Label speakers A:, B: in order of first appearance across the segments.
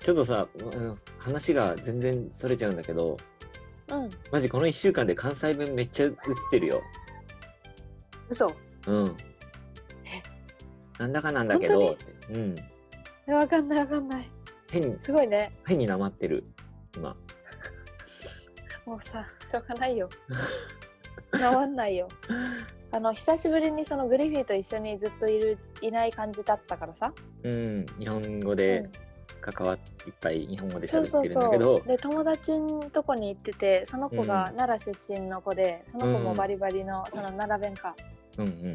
A: ちょっとさ、あの話が全然それちゃうんだけど、
B: うん。
A: マジこの1週間で関西弁めっちゃ映ってるよ。
B: 嘘。
A: うん。なんだかなんだけど
B: 本、
A: うん。
B: えわかんないわかんない。
A: 変に、
B: すごいね。
A: 変になまってる、今。
B: もうさ、しょうがな いよ。治んないよ。あの久しぶりにそのグリフィーと一緒にずっといるいない感じだったからさ。
A: うん。日本語
B: う
A: で
B: ん
A: 関わって、いっぱい日本語で
B: そう
A: 喋
B: そ
A: っ
B: う
A: てるんだけど
B: そ、う。で友達のとこに行ってて、その子が
A: う
B: 奈良出身の子で、その子
A: う
B: も
A: ん
B: バリバリのその奈良弁か
A: うんうん。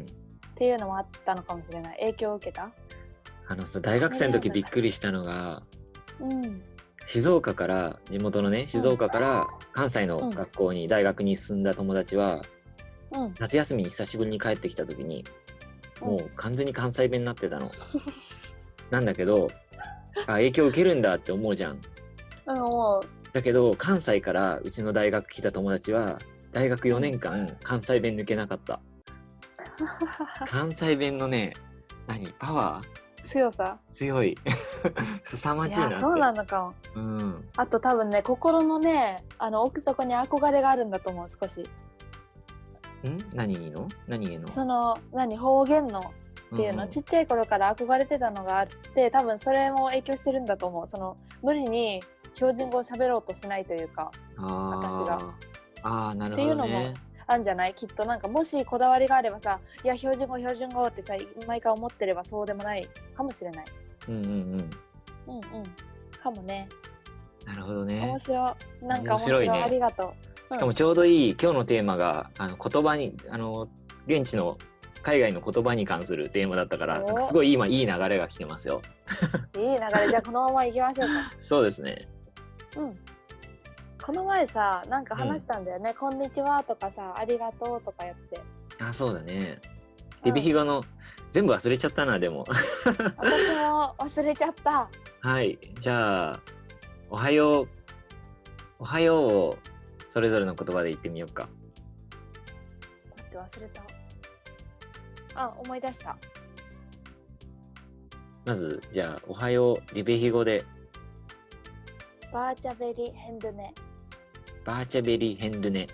B: っていうのもあったのかもしれない。影響を受けた？
A: あのさ、大学生の時びっくりしたのが、
B: うん。
A: 静岡から地元のね静岡から関西の学校に、大学に進んだ友達は
B: うん。
A: 夏休みに久しぶりに帰ってきた時に
B: うん
A: もう完全に関西弁になってた の。なんだけどあ影響受けるんだって思うじゃん。
B: うんも
A: だけど関西からうちの大学来た友達は大学4年間関西弁抜けなか った。関西弁のね何パワ
B: う強さ。
A: ー強 い凄ま
B: い
A: じいなっ
B: や
A: て。
B: そうなのか
A: う
B: も。
A: ん、
B: あと多分ね心のねあの奥底に憧れがあるんだと思う少し
A: ん何にの何への
B: その何方言のっていうの、
A: うん
B: ちっちゃい頃から憧れてたのがあって多分それも影響してるんだと思うその無理に標準語を喋ろうとしないというか
A: あー
B: 私が。
A: ああ、なるほど、ね。
B: っていうのもあんじゃないきっとなんかもしこだわりがあればさいや標準語標準語ってさ毎回思ってればそうでもないかもしれない
A: うんうんうん。
B: うんうんかもね
A: なるほど
B: 面
A: ね。
B: 白いな
A: 面
B: んか面
A: 白
B: 白い
A: いね
B: ありがとうん
A: しかもちょうどいい今日のテーマがあの言葉にあの現地の海外の言葉に関するテーマだったから
B: お
A: なんかすごい今いい流れが来てますよ。
B: ういい流れじゃあこのまま行きましょうか
A: そうですね。
B: うん。この前さ、なんか話したんだよね。こんにちはとかさ、ありがとうとかやって。
A: あそうだね。デビヒガの、全部忘れちゃったなでも。
B: 私も忘れちゃった。
A: はいじゃあおはようおはようをそれぞれの言葉で言ってみようか。
B: 待って忘れた。あ、思い出した。
A: まずじゃあおはようデビヒ語で
B: バーチャベリヘンドネ。
A: バーチャベリーヘンドゥネ。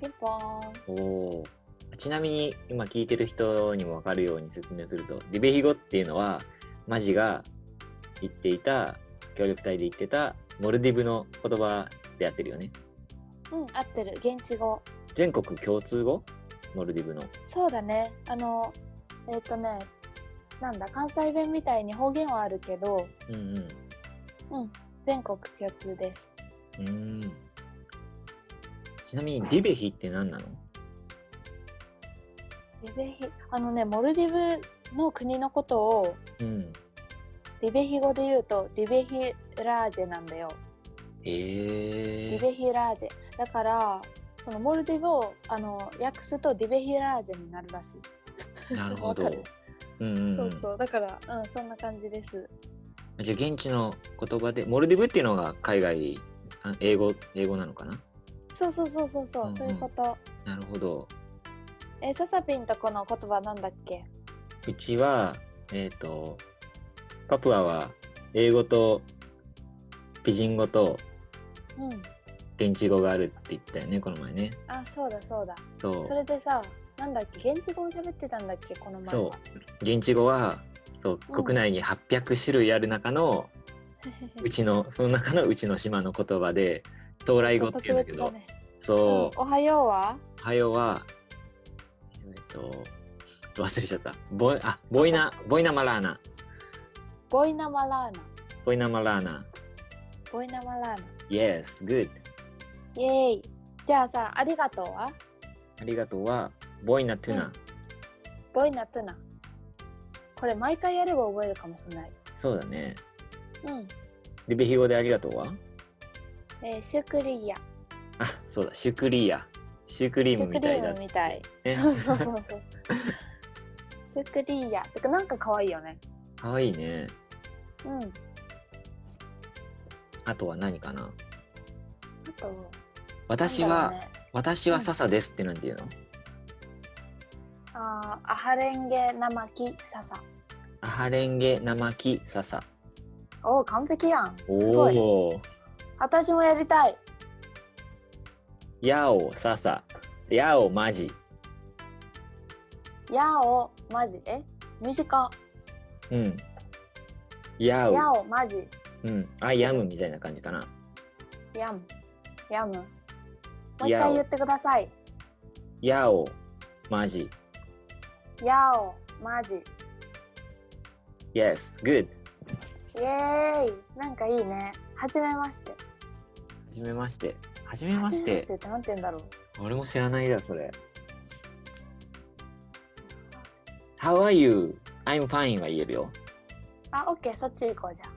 B: ピンポーン。
A: おーちなみに今聞いてる人にも分かるように説明するとリベヒ語っていうのはマジが言っていた協力隊で言ってたモルディブの言葉でやってるよね
B: うん、合ってる。現地語。
A: 全国共通語モルディブの
B: そうだね。あの、えっ、とね、なんだ、関西弁みたいに方言はあるけど、
A: うんうん
B: 全国共通です。
A: うーんちなみにリベヒって何なの
B: リベヒ、あのね、モルディブの国のことを、
A: うん
B: リベヒ語で言うと、リベヒラージェなんだよ。デ
A: へ
B: ィ
A: え
B: ベヒラージェだからそのモルディブをあの訳すとディベヒラージェになるらしい、
A: なるほど
B: わかる
A: うんうん
B: そ
A: うん
B: うそうだからうんそんな感じです
A: じゃあ現地の言葉でモルディブっていうのが海外あ英語英語なのかな
B: そうそうそうそうそう、
A: うんうん
B: そういうこと
A: なるほど
B: えーササピンとこの言葉なんだっけ
A: うちは、えっ、と、パプアは英語とピジン語と
B: うん
A: 現地語があるって言ったよね、この前ね。
B: あそうだそうだ
A: そう。
B: それでさなんだっけ現地語を喋ってたんだっけこの前は
A: そう現地語は、そう、
B: うん
A: 国内に800種類ある中の、うちの、その中のうちの島の言葉で、到来語っていうんだけど、
B: 特別だねうん
A: そ
B: おはようは
A: う、はよは、えっ、と、忘れちゃった。ボイあボイナ、ボイナマラーナ。
B: ボイナマラーナ
A: ボイナマラーナ。
B: ボイナマラーナ
A: Yes, good.
B: イエーイじゃあさありがとうは
A: ありがとうは、ボイナトゥナ。
B: うんボイナトゥナこれ毎回やれば覚えるかもしれない
A: そうだね。
B: うん
A: リベヒ語でありがとうは
B: えーシュークリーヤ
A: あそうだシュクリーやシュークリームみたいだ
B: シュークリームみた い
A: ね
B: そうそうそうそうシュークリーヤてかなんか可愛いよね
A: かわいいね
B: うんあ
A: あとは何かな
B: と
A: 私
B: なんだ
A: は、
B: ろうね
A: 私は笹ですってなんて言うの
B: あーアハレンゲナマキササ
A: アハレンゲナマキ笹
B: おお完璧やんごい
A: おお。
B: 私もやりたい
A: やお、ささ。やお、まじ。
B: やおマジえ短
A: うん。や
B: や
A: お。
B: おマジ
A: うん。あ、やむみたいな感じかな。
B: やむやむもう一
A: やお
B: 回言ってください
A: やお、まじ。
B: やおマジイ
A: Yes, good.
B: エーイなんかいいねはじめまして
A: はじめまして。はじめ
B: は
A: ま
B: じ
A: し
B: めま
A: て
B: し。てってなんて言うんだろう
A: 俺も知らないだ、それ。How are you? I'm fine は言えるよ。
B: あオッケーそっち行こうじゃん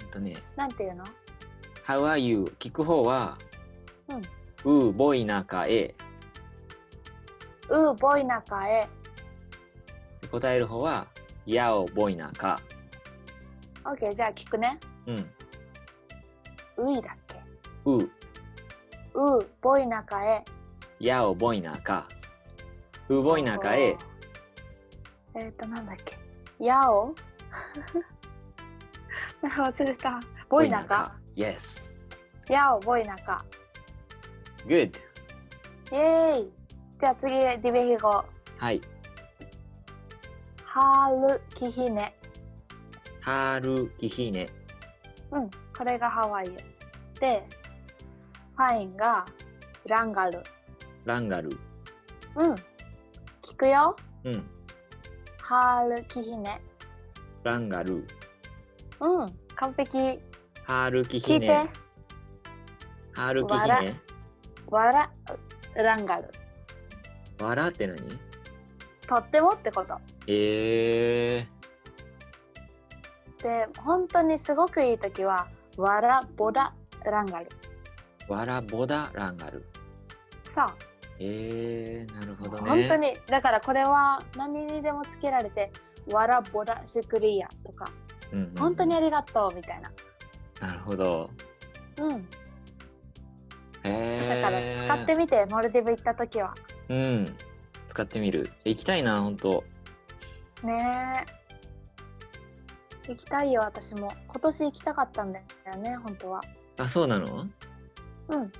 A: えっとね、
B: なんて言うの
A: How are you? 聞く方は、うーぼいなかへ。
B: うーボイナカへ
A: 答える方は、やおぼいなか。
B: オッケーじゃあ聞くね
A: うん。
B: ういだっけ
A: うー、
B: うーボイナカへ
A: やおぼいなか。うーぼいなかへ。
B: えーっとなんだっけやお 忘れたボイナカ。
A: Yes.
B: やおボイナカ
A: Good.
B: イエーイじゃあ次ディベヒ語
A: はい。
B: ハルキヒネ
A: はるきひね。
B: うんこれがハワイよでファインがランガル
A: ランガル。
B: うん聞くよ
A: うん。
B: ハルキヒネ
A: ランガル。
B: うん完璧
A: はるき
B: 聞
A: ひ
B: いて
A: ね。はるきひ
B: わら
A: ね。
B: わらランガル
A: わらって何
B: とってもってこと
A: ええ
B: で本当にすごくいい時はわらぼらランガル
A: ー。わらぼだランガル。
B: さ
A: ええー、なるほ
B: あ、
A: どね。
B: 本当にだからこれは何にでもつけられてわらぼらシュクリアとか
A: うんうんうん
B: 本当にありがとうみたいな
A: なるほど。
B: うんだから
A: ええー。
B: 使ってみてモルディブ行った時は
A: うん。使ってみる。行きたいな、本当。
B: ねえ行きたいよ私も今年行きたかったんだよね本当は
A: あ、そうなの
B: うん